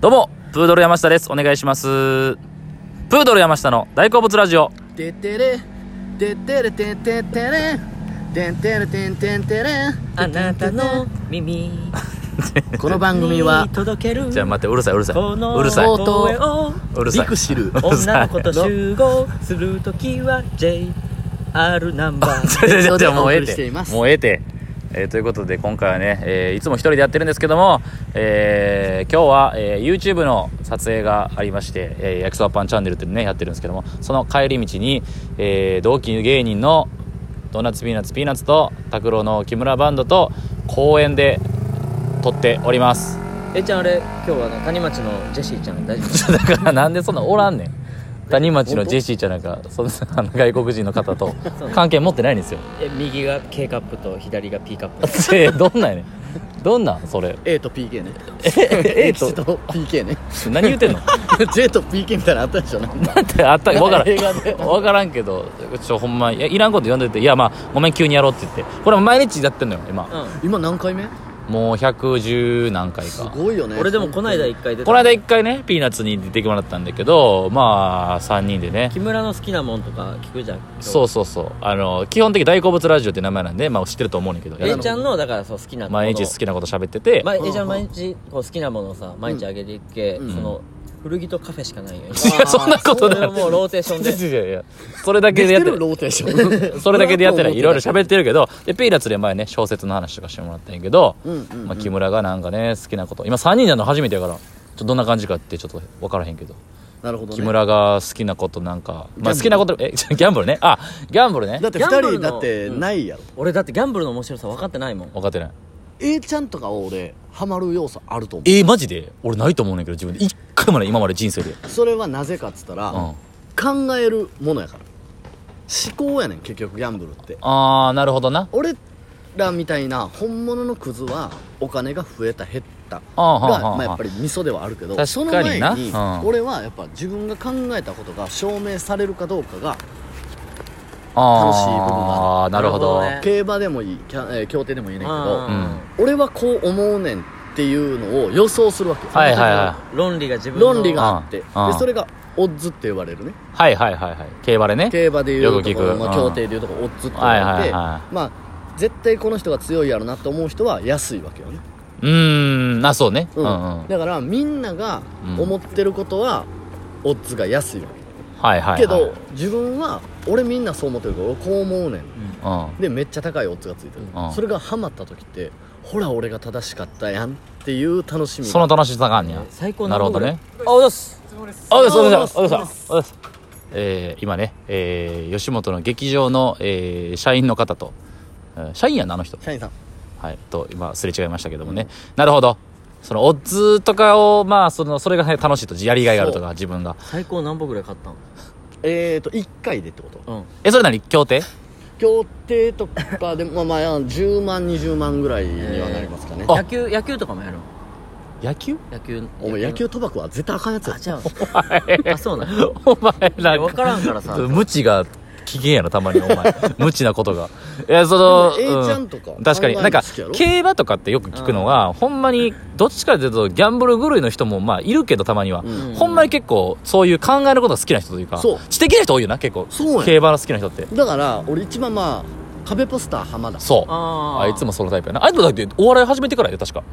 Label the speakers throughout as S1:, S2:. S1: どうも、プードル山下です。お願いします。プードル山下の大好物ラジオ。
S2: ててれててれてててれてんてれてんてんてれ
S3: あなたの耳
S2: この番組は
S3: に届ける
S1: じゃあ待って、うるさい、うるさい。
S3: この
S1: うるさい。
S2: 冒頭
S3: 声を
S1: うる
S2: ビ
S1: さい。
S2: クシル
S1: うるさ
S3: 女
S1: い
S3: の子と集合するときは JR ナンバー
S1: じゃあじゃあじゃあ
S2: お
S1: もう
S2: 送
S1: ええ
S2: りして
S1: て。
S2: います
S1: もうええて。えーということで今回はね、えーいつも一人でやってるんですけども、えー今日は、えー YouTube の撮影がありまして、えー焼きそばパンチャンネルっていうのねやってるんですけどもその帰り道に、えー同期芸人のドーナツピーナッツピーナッツと拓郎の木村バンドと公園で撮っております
S3: えちゃんあれ今日はあの谷町のジェシーちゃん大丈
S1: だからなんでそんなおらんねん谷町のジェシーちゃんなんかそんなあの外国人の方と関係持ってないんですよ
S3: 夫え右が K カップと左が P カップ
S1: えどんなんやねんどんなんそれ
S2: A と PK ね
S1: え
S2: A
S1: えと
S2: と PK ね
S1: 何言ってんの
S2: J と PK みたいなのあったでしょなんか
S1: だってあったわから
S2: 映画で
S1: んわからんけどちょほんまいやいらんこと読んでていやまあごめん急にやろうって言ってこれも毎日やってんのよ今
S3: う
S2: 今何回目
S1: もう110何回
S2: す
S1: か
S2: ごいよね
S3: ん俺でもこの間一回出た
S1: この間一回ねピーナッツに出てもらったんだけどまあ3人でね
S3: 木村の好きなもんとか聞くじゃん今日
S1: そうそうそうあの基本的に大好物ラジオって名前なんでまあ知ってると思うねんけど
S3: えちゃんのだからそう好きなもの
S1: 毎日好きなこと喋ってて、
S3: まえちゃ
S2: うんん
S3: 毎日こう好きなものをさ毎日あげていっけその古着とカフェしかないよ
S1: いや そんなことない
S3: それをもうローテーションで
S1: いやいやいやそれだけ
S2: で
S1: でやっ
S2: き
S1: て
S2: てる
S1: る
S2: ローテーシ ョ ン
S1: それだけでやってないいろいろ
S2: っ
S1: 喋ってるけどでピーナッツで前ね小説の話とかしてもらったんやけど、
S2: うんうんうん
S1: まあ、木村がなんかね好きなこと今3人なの初めてやからちょっとどんな感じかってちょっと分からへんけど、
S2: なるほどね
S1: 木村が好きなことなんか、まあ、
S2: ギャ
S1: 好
S2: ンブル
S1: きなことえちょギャンブルねあギャンブルね
S2: だって
S3: ギャンブ
S2: 2
S3: ル
S2: 人
S3: の
S2: だってないやろ
S3: 俺だってギャンブルの面白さ分かってないもん
S1: 分かってない
S2: A ちゃんとかは俺ハマる要素あると思
S1: えー、マジで俺ないと思うねんけど自分で一回もない今まで人生で、
S2: うそれはなぜかっつったら
S1: うん、
S2: 考えるものやから思考やねん結局ギャンブルって
S1: ああなるほどな
S2: 俺らみたいな本物のクズはお金が増えた減ったが
S1: あーはーはーはー
S2: まあ、やっぱり味噌ではあるけ
S1: 確
S2: ど
S1: かにな
S2: その前に、
S1: うん
S2: 俺はやっぱ自分が考えたことが証明されるかどうかが楽しい部分
S1: あ
S2: が
S1: あなるほど
S3: なるほどね
S2: 競馬でもいいキャ、えー競艇でもいいねんけど
S1: ん
S2: 俺はこう思うねんっていうのを予想するわけよ、
S1: はいはいは
S3: 論理が自分の
S2: 論理があってで
S1: うんうん
S2: それがオッズって呼ばれるね
S1: いはいはいはいはい競馬でね
S2: 競馬でいうと
S1: よく
S2: こ
S1: 聞
S2: ろ、
S1: く
S2: まあ、
S1: うん
S2: 競艇でいうとこオッズって呼ばれて、
S1: はいはいは
S2: まあ絶対この人が強いやろなと思う人は安いわけよね
S1: うーんあそうね、う
S2: うんん
S1: うんはい
S2: だからみんなが思ってることはオッズが安いわ
S1: はいはい
S2: け、けど、自分は俺みんなそう思ってるから俺こう思うねん
S1: うん、
S2: でめっちゃ高いオッズがついてる、
S1: うん
S2: それがハマった時ってほら俺が正しかったやんっていう楽しみ
S1: その楽しさがあんねや
S3: 最高
S1: なるほどね
S3: あおです
S1: あおですお
S2: お
S1: で
S2: ですす
S1: おですおですおですえー、今ね、えー、吉本の劇場の、えー、社員の方と、えー社員やなあの人
S2: 社員さん
S1: はい、と今すれ違いましたけどもね、なるほどそのオッズとかをまあそのそれが、ね、楽しいとやりがいがあるとか自分が
S3: 最高何本ぐらい買ったん
S2: えーと1回でってこと
S3: うん
S1: えそれ何協定
S2: 協定とかで まあまあ10万20万ぐらいにはなりますかね、
S1: あ
S3: 野球野球とかもやろう
S1: 野球
S3: 野球
S2: お前野球賭博は絶対あかんやつや
S3: あ
S2: ぞ
S3: じゃああそうなの
S1: お前なん
S3: 分からんからさ
S1: 無知が機嫌やろたまにお 前無知なことがいやその、
S2: でも A ちゃ
S1: うん
S2: とか
S1: 確かに
S2: 考え
S1: なん
S2: るの
S1: か
S2: 好きやろ
S1: 競馬とかってよく聞くのが、ほんまにどっちかというとギャンブル狂いの人もまあいるけどたまには、
S2: うん
S1: ほんまに結構そういう考えることが好きな人というか
S2: そう
S1: 知的な人多いよな結構
S2: そうやん
S1: 競馬の好きな人って
S2: だから俺一番まあ壁ポスター浜田
S1: そう
S3: あー
S1: あいつもそのタイプやなあいつもだってお笑い始めてからやで確か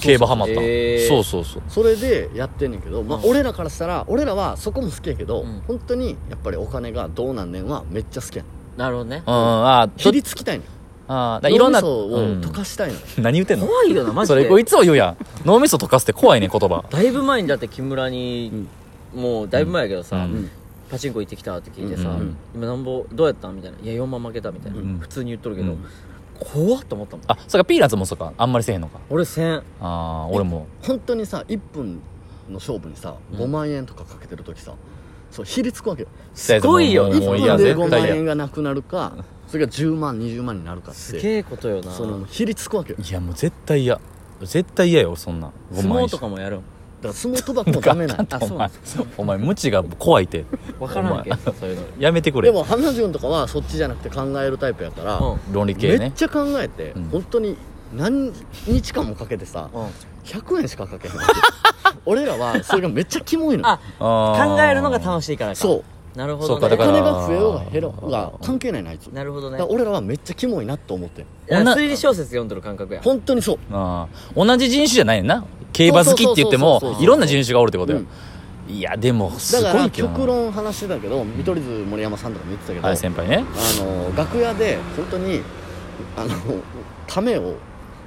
S1: 競馬ハマったの
S3: へー
S1: そうそうそう
S2: それでやってんねんけど、まあ
S3: う、ん
S2: 俺らからしたら俺らはそこも好きやけど、
S3: うん
S2: 本当にやっぱりお金がどうなんねんはめっちゃ好きやん
S3: なるほどね
S1: うんあー
S2: 切
S1: ど
S2: りつきたいの
S1: あーだからいろ
S2: 脳
S1: ん
S2: み
S1: な
S2: そを
S1: うん
S2: 溶かしたいの、
S1: 何言ってんの
S3: 怖いよなマジ
S1: そ
S3: で
S1: れいつも言うやん脳みそ溶かすって怖いね言葉
S3: だいぶ前にだって木村にもうだいぶ前やけど
S1: う
S3: さ
S1: ん
S3: パチンコ行ってきたって聞い
S1: う
S3: てさ
S1: んうん
S3: 今なんぼどうやったんみたいないや4万負けたみたいな
S1: うん
S3: 普通に言っとるけ
S1: う
S3: ど
S1: ん
S3: 怖っと思ったもん
S1: あそうかピーナッツもそうかあんまりせえへんのか
S3: 俺1000
S1: ああ俺も
S2: 本当にさ1分の勝負にさ
S3: うん
S2: 5万円とかかけてる時さそうひりつくわけよ
S1: す
S3: ごいよ
S1: もう
S2: 1
S1: もうい
S2: 分
S1: や
S2: で
S1: 絶
S2: 5万
S1: 対やい
S2: 円がなくなるかそれが10万20万になるかって
S3: すげえことよな
S2: その
S3: 相
S2: ひりつくわけよだか
S1: やもう絶対嫌絶対嫌よそんな5万円
S3: 撲とかもやるん
S2: ら相撲賭博もダメなん
S3: あ
S1: お
S3: そうな
S1: 前
S3: んで
S1: お前無知が怖いって
S3: 分からんけどそういうの
S1: やめてくれ
S2: でも浜淳とかはそっちじゃなくて考えるタイプやから、
S3: うん
S1: 論理系
S2: めっ
S1: ね
S2: ちゃ考えて、
S1: うん
S2: 本当に何日間もかけてさ、
S3: うん
S2: 100円しかかけへん俺らはそれがめっちゃキモいの
S3: あ
S1: あー
S3: 考えるのが楽しいからか
S2: そう
S3: なるほ
S1: そ
S3: ど
S1: う
S3: ね
S1: か
S2: お
S1: だから
S2: 金が増えようが減ろうが関係ないなあいつ
S3: なるほど
S2: だ
S3: ね
S2: から俺らはめっちゃキモいなと思ってん
S3: いや
S1: 女
S3: 推理小説読んどる感覚や
S2: 本当にそう
S1: ああ同じ人種じゃないよな競馬好きって言っても
S2: そうそうそうそうそう
S1: いろんな人種がおるってことよ、
S2: うん
S1: いやでもす
S2: だか
S1: ご
S2: ら
S1: いけどな
S2: 極論話してたけど見取り図森山さんとかも言ってたけど、
S1: はい先輩ね
S2: あの楽屋で本当にあのためを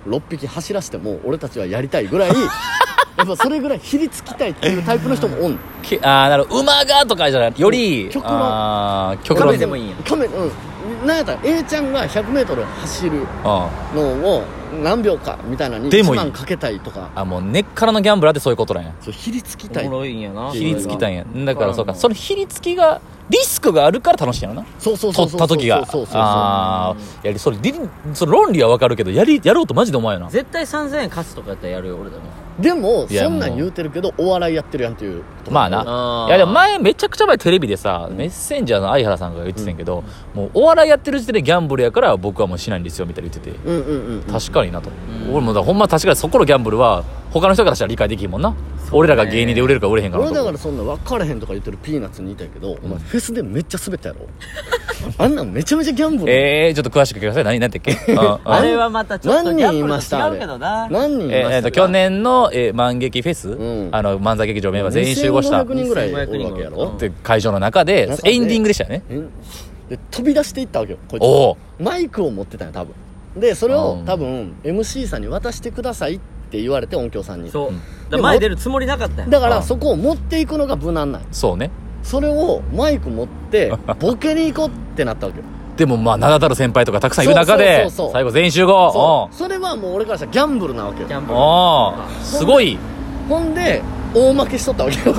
S2: 6匹走らせても俺たちはやりたい ぐらいやっぱそれぐらいひりつきたいっていうタイプの人もおん
S1: けああなるほど馬がとかじゃないより
S2: 極論
S1: ああ極
S3: 亀
S1: 論
S3: でもいいんや
S2: 亀うんなんやったら A ちゃんが 100m 走る
S1: あ
S2: のを何秒かみたいなのに
S1: でも
S2: 1
S1: いい
S2: 万かけたいとか
S1: あもう根っからのギャンブラーってそういうことなんや
S2: そうひりつきた
S3: お
S2: い
S3: もろいんやな
S1: ひりつきたいんやだからそうか
S3: そ
S1: そ
S3: れ
S1: のひりつきがリスクがあるから楽しいんやろな
S2: そうそうそう
S1: 取っ
S2: そう
S1: た時が
S2: そうそうそう
S1: ああやりそれ理それ論理はわかるけどやりやろうとマジでお前よな
S3: 絶対3000円勝つとかやったらやるよ俺でも
S2: でも
S1: いや
S2: そんなん言うてるけどお笑いやってるやんっていうとこ
S1: まあ
S3: あ
S1: な
S3: ー
S1: いやでも前めちゃくちゃ前テレビでさ、メッセンジャーの相原さんが言ってたんやけど、もうお笑いやってる時点でギャンブルやから僕はもうしないんですよみたいな言ってて
S2: うんうんうんうん
S1: 確かになと、
S3: うん
S1: 俺もだからほんま確かにそこのギャンブルは他の人からしたら理解できんもんな、俺らが芸人で売れるか売れへんかな
S2: 俺
S1: と
S2: だからそんな分からへんとか言ってるピーナッツにいたけど、お前フェスでめっちゃ滑ったやろ あんなんめちゃめちゃギャンブル、
S1: ええー、ちょっと詳しく聞いてください何何だっけ ああ
S3: あれはまたちょっと
S2: 何
S3: ギャ
S2: 人い
S3: ンブル
S2: ましたあ
S3: と違
S2: れ
S3: うけどな
S2: 何人いました
S1: えーえーと去年の、えー、万劇フェス、
S2: ん
S1: あの漫才劇場メンバー全員集合した
S2: 2500人ぐらいおるわけや
S3: う
S2: ろ
S3: ん
S1: で会場の中で
S2: 中で
S1: エンディングでしたよね
S2: えで飛び出していったわけよこいつ
S1: おお
S2: マイクを持ってたんよ多分でそれを
S1: うん
S2: 多分 MC さんに渡してくださいって言われて音響さんに
S3: そう
S1: うん
S3: だから前出るつもりなかったんや
S2: だ
S1: う
S2: か
S1: ん
S2: らそこを持っていくのが無難なんよ
S1: そうね
S2: それをマイク持ってボケに行こうってなったわけよ
S1: でもまあ名だたる先輩とかたくさんいる中で
S2: そうそうそうそう
S1: 最後全員集合
S2: そ
S1: お
S2: うそれはもう俺からしたらギャンブルなわけよ
S3: ギャンブル
S1: おすごい
S2: ほんで大負けしとったわけよ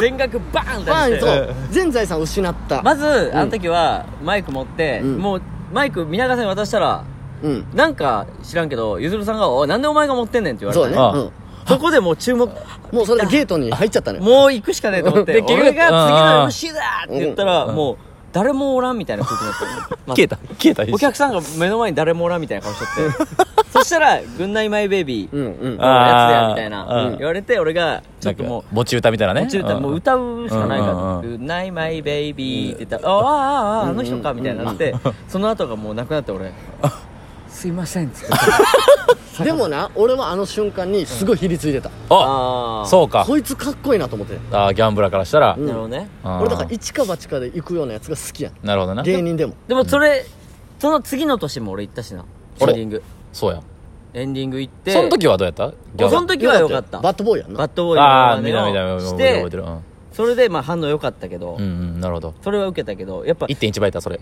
S3: 全額バーン 出
S2: まあ
S3: して
S2: そう全財産失った
S3: まずあの時はマイク持って、
S2: うん
S3: もうマイク皆川さんに渡したら
S2: うん
S3: なんか知らんけどゆずるさんが「おいなんでお前が持ってんねん」って言われ
S2: そ
S3: た
S2: う
S3: ね
S2: ね
S1: ああ
S2: うん
S3: そこでもう注目
S2: もうそれでゲートに入っちゃったのよ
S3: もう行くしかねえと思っ
S1: で
S3: て
S1: 結局
S3: 俺
S1: うん
S3: が次の MC だって言ったら、
S1: うん
S3: もう誰もおらんみたいな空気になって、まあ
S1: 消えた消えた一瞬
S3: お客さんが目の前に誰もおらんみたいな顔しとって そしたら「ぐんないマイベイビー」
S2: うんうん
S1: あ
S3: のやつだよみたい
S1: あー
S3: な
S1: うん
S3: 言われて俺がちょっと
S1: なん
S3: も
S1: か持ち歌みたいな
S3: う
S1: ね
S3: もちろんもう歌うしかないから
S1: うんうん
S3: 「
S1: うん
S3: ぐんないマイベイビー」って言ったら「あああああの人か」みたいになってその後がもうなくなって俺「すいません」っつって
S2: でもな俺はあの瞬間にすごいひりついてた
S1: あ
S3: あう
S1: そうか
S2: こいつかっこいいなと思って
S1: あーギャンブラーからしたら、
S2: ん
S3: なるほどね
S1: あー
S2: 俺だから一か八かで行くようなやつが好きやん
S1: なるほどな
S2: 芸人でも
S3: でもそれその次の年も俺行ったしな
S1: あ
S3: エン
S1: れ
S3: ディング
S1: そうや
S3: エンディング行って
S1: その時はどうやったギャンブラ
S3: その時は良かった
S2: バッドボーイやんな
S3: バットボーイ
S1: ああ
S3: の
S1: 見た見た
S3: 真似
S1: 見
S3: を
S1: た
S3: し
S1: 覚えてる覚えて
S3: て
S1: るうん
S3: それでまあ反応良かったけど
S1: うんうんなるほど
S3: それは受けたけどやっぱ
S1: 1.1倍だそれ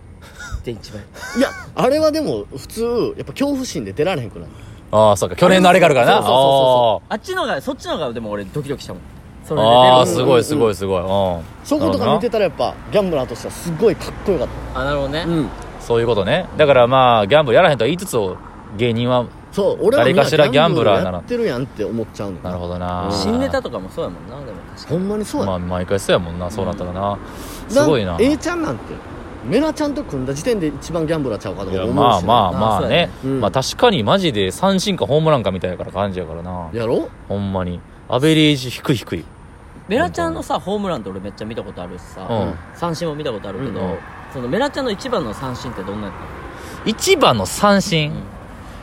S3: 1.1倍
S2: いやあれはでも普通やっぱ恐怖心で出られへんくなる
S1: ああそうか去年のあれがあるからな
S2: そうそうそうそ
S3: あっちのがそっちのがでも俺ドキドキしたもんそれで出る
S1: ああー
S2: 出
S1: す
S2: る
S1: ごいすごいすごいうん
S2: そことか
S1: な
S2: 見て
S1: る
S2: たらやっぱギャンブラーとしてはすごいかっこよかっ
S3: あなるほどね、
S2: たん
S1: ほどなそういうことねだからまあギャンブルやらへんとは言いつつ芸人は
S2: そう俺はみん
S1: 誰かしらギャンブラーなら
S2: やってるやんって思っちゃうの
S1: なるほどな
S3: 新ネタとかもそうやもんなでも確か
S2: ほんまにそうや
S1: まあ毎回そうやもんなそうなったらなすごいな
S2: だ A ちゃんなんてメラちゃんと組んだ時点で一番ギャンブラーちゃうかと
S1: い
S2: か
S1: や
S2: 思うし
S1: まあまあまあ
S3: そうや
S1: ね
S3: ね
S2: うん
S1: まあ確かにマジで三振かホームランかみたいな感じやからな
S2: やろ
S1: ほんまにアベレージ低い低い
S3: メラちゃんのさホームランって俺めっちゃ見たことあるしさ、
S1: うん
S3: 三振も見たことあるけど、
S1: うん
S3: そのメラちゃんの一番の三振ってどんなんやったの
S1: 一番の三振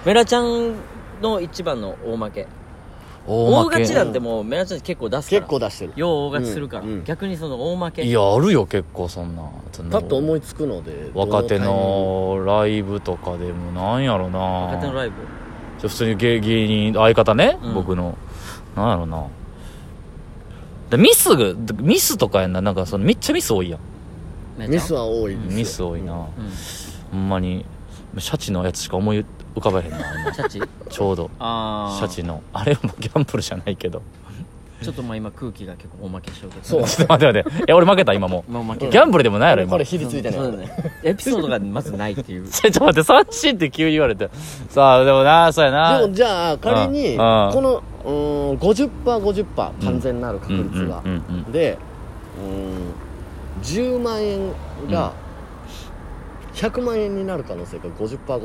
S3: メラちゃんの一番の大負け大
S1: 大負け
S3: 勝ちなんてもうメラちゃん結構出すから
S2: 結構出してる
S3: よう大勝ちするから、
S2: うんうん
S3: 逆にその大負け
S1: いやあるよ結構そんな
S2: パッと思いつくので
S1: 若手
S2: どタイミング
S1: のライブとかでもなんやろな
S3: 若手のライブ
S1: じゃあ普通に芸芸人相方ね、
S3: うん
S1: 僕のなんやろなでミスがミスとかやんななんかそのめっちゃミス多いやん
S3: メラちゃん
S2: ミスは多いです
S1: ミス多いな、
S3: うん
S1: ほんまにシャチのやつしか思い浮かばへんな今
S3: シャチ
S1: ちょうど
S3: ああ
S1: シャチのあれもギャンブルじゃないけど
S3: ちょっとまあ今空気が結構おまけしようけど
S2: そう
S1: ちょっと待って待ってえ俺負けた今も
S3: まあ負
S1: う
S3: け
S1: ギャンブルでもないやろ
S2: こ
S1: 今
S2: れひりついて
S3: そう
S2: ね
S3: だねエピソードがまずないって いう
S1: ちょっと待って三振って急に言われてさあでもなそうやな
S2: でもじゃあ仮にこ
S1: ああ
S2: のうーん 50%50% 完全なる確率が
S1: うんうんうんうん
S2: でうーん10万円が100万円になる可能性が 50%50% やったら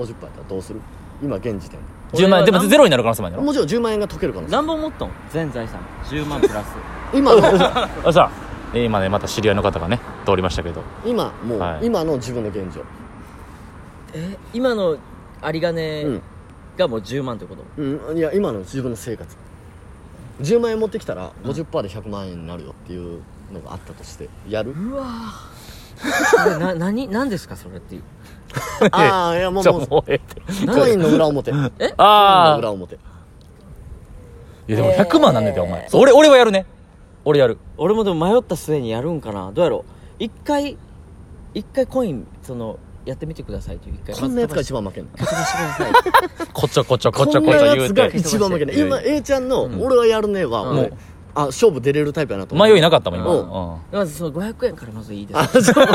S2: どうする今現時点
S1: 10万円でも
S3: 俺は何
S1: ゼロになる可能性もあるんや
S2: で
S1: ろ
S2: もちろん10万円が解ける可能性
S3: 何本持っとん全財産10万プラス
S2: 今の
S1: あさえ今ねまた知り合いの方がね通りましたけど
S2: 今もう、
S1: はい
S2: 今の自分の現状
S3: え今の有り
S2: うん
S3: 金がもう10万ってこと
S2: うん、いや今の自分の生活10万円持ってきたら50%で100万円になるよっていうのがあったとしてやる
S3: うわーそれな 何何ですかそれっていう
S2: ああいやも う
S1: ち
S2: も
S1: ょ
S2: う
S1: もうええって
S2: コインの 裏表
S3: え
S1: ああ
S2: コインの裏表
S1: いやでも100万なんねんてお前俺俺はやるね俺やる
S3: 俺もでも迷った末にやるんかなどうやろう一回一回コインそのやってみてくださいという一回
S2: こんなやつが一番負けんの
S3: 蹴飛ばしてください
S1: こっちょこっちょこ
S2: こ
S1: っちょ
S2: ん
S1: こ
S2: な
S1: っちょ
S2: や
S1: 言
S2: つ
S1: う
S2: が
S1: て
S2: 一番負けない
S1: 言う
S2: 今
S1: て
S2: A ちゃんの
S3: うん
S2: 「俺はやるね」は
S3: うん
S2: もうあ勝負出れるタイプやなと思う
S1: 迷いなかったもん今
S2: うん
S1: う
S3: まずその500円からまずいいです
S2: あ
S3: か
S2: そう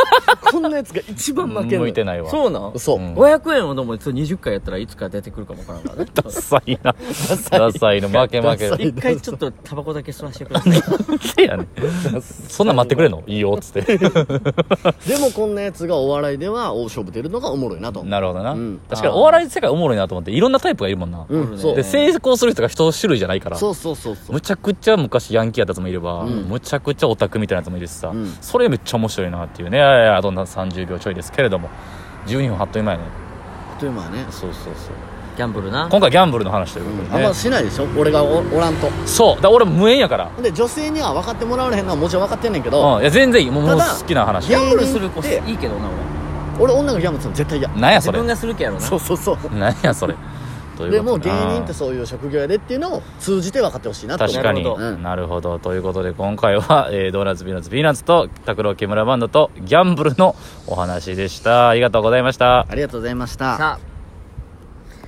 S2: こんなやつが一番
S1: ん
S2: 負けんの
S1: 向いてないわ
S3: そうなん
S2: そう
S1: う ん
S3: 500円をでもそう20回やったらいつか出てくるかもわからんからね
S1: ダサいなダサいな負け負け
S2: ダサ
S1: な
S2: い
S3: 一回ちょっとタバコだけ吸わせてください
S1: んでやねんそんなん待ってくれん のいいよっつって
S2: でもこんなやつがお笑いでは大勝負出るのがおもろいなと思う
S1: なるほどな
S2: うん
S1: 確かにお笑い世界おもろいなと思っていろんなタイプがいるもんな
S2: うんそう
S1: で
S3: ね
S1: 成功する人が一種類じゃないから
S2: そうそうそうそう
S1: むちゃくちゃ昔ヤンキーやったやつもいれば、
S2: うん
S1: むちゃくちゃオタクみたいなやつもいるしさ、
S2: うん
S1: それめっちゃ面白いなっていうねいやいやどんな30秒ちょいですけれども12分あっという間やね
S2: というまあね
S1: そうそうそう
S3: ギャンブルな
S1: 今回ギャンブルの話ということ
S2: うん
S1: で
S2: あん
S1: ね、
S2: ましないでしょ俺がおおらんと
S1: そうだから俺も無縁やから、
S2: で女性には分かってもらわれへんのはもちろん分かってんねんけど、
S1: うん、いや全然いいもう
S2: た
S1: もう
S2: だ
S1: 好きな話
S2: い
S3: ギ
S2: や
S3: ャンブルする子
S2: 芸人って
S3: いいけどな俺
S2: 俺女がギャンブルするの絶対嫌
S1: なんや
S3: 自
S1: それ
S3: 分がするけやろな
S2: そうそうそう
S1: なんやそれということ
S2: でも芸
S1: な
S2: 人ってそういう職業やでっていうのを通じて分かってほしいなって思う
S1: 確かに
S3: なるほ
S2: どうん
S1: なるほどということで今回は、えードーナツピーナッツピーナッツと拓郎木村バンドとギャンブルのお話でしたありがとうございました
S2: ありがとうございました
S3: さあ